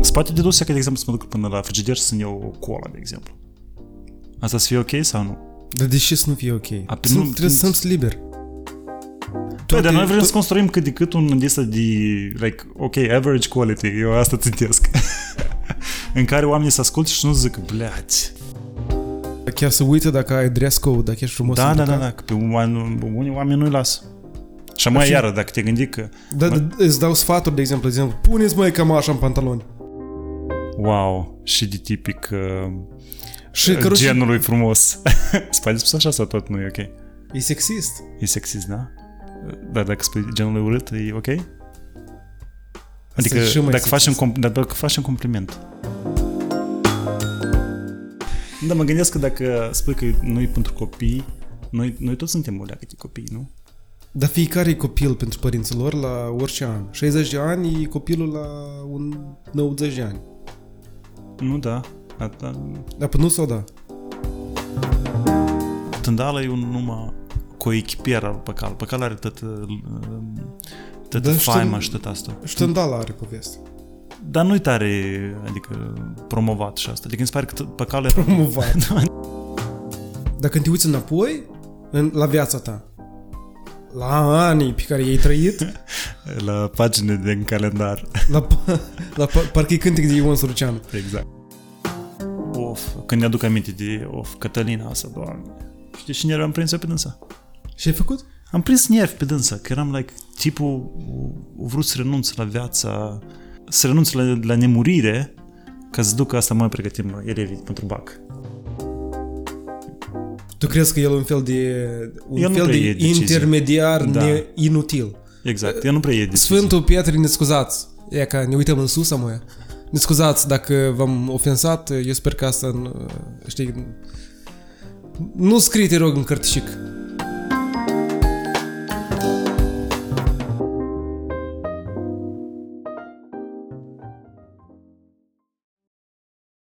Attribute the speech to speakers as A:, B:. A: Spate de dus că, de exemplu, să mă duc până la frigider să-mi iau o cola, de exemplu. Asta să fie ok sau nu? Păi,
B: Dar de ce să nu fie ok?
A: A, pe
B: Să nu-
A: nu-
B: Trebuie să sunt liber.
A: Păi, dar noi vrem
B: to-
A: să construim cât de cât un listă de, like, ok, average quality, eu asta țintesc. în care oamenii să asculte și nu zic, bleați.
B: Chiar să uite dacă ai dress code, dacă ești frumos
A: Da, da, da,
B: îmbrăcat.
A: da, că pe oameni- unii oameni nu-i lasă. Și mai
B: și-
A: iară, dacă te gândi că,
B: Da, da, îți dau sfaturi, de exemplu, de exemplu, puneți mai cămașa în pantaloni.
A: wow, și de tipic uh,
B: Și căruci, Gen...
A: genului frumos. Spate spus așa sau tot nu e ok?
B: e sexist.
A: E sexist, da? Dar dacă spui genul urât, e ok? Adică
B: și mai
A: dacă faci, un,
B: sexist.
A: com- dar dacă faci un compliment. Da, mă gândesc că dacă spui că nu-i pentru copii, noi, noi toți suntem o leacă de copii, nu?
B: Dar fiecare e copil pentru părinții lor la orice an. 60 de ani e copilul la un 90 de ani.
A: Nu, da. Asta,
B: Dar până nu sau da?
A: tândală e un numai coechipier al Păcal. Păcal are toată, toată
B: Da,
A: da,
B: știu-
A: faima și tot asta.
B: Ștândala are poveste.
A: Dar nu-i tare, adică, promovat și asta. Adică mi se pare că t- Păcal era...
B: Promovat.
A: Da.
B: Dar când te uiți înapoi, în, la viața ta, la anii pe care i-ai trăit,
A: La pagine din calendar.
B: la, la par- parcă e cântec de Ion Suruceanu.
A: Exact. Of, când ne-aduc aminte de, of, Cătălina asta, doamne. Știi ce nervi am prins eu pe dânsa?
B: Și ai făcut?
A: Am prins nervi pe dânsa, că eram, like, tipul, o vrut să renunț la viața, să renunț la, la nemurire, ca să duc asta mai pregătim elevii pentru bac.
B: Tu crezi că el e un fel de, un
A: El nu
B: fel
A: prea
B: de
A: e decizie.
B: intermediar
A: Da.
B: ne, inutil?
A: Exact, eu nu prea e decizia.
B: Sfântul Pietre, ne scuzați. E ca ne uităm în sus, amoia. Ne scuzați dacă v-am ofensat. Eu sper că asta, nu- știi, nu scrie, te rog, în cărticic.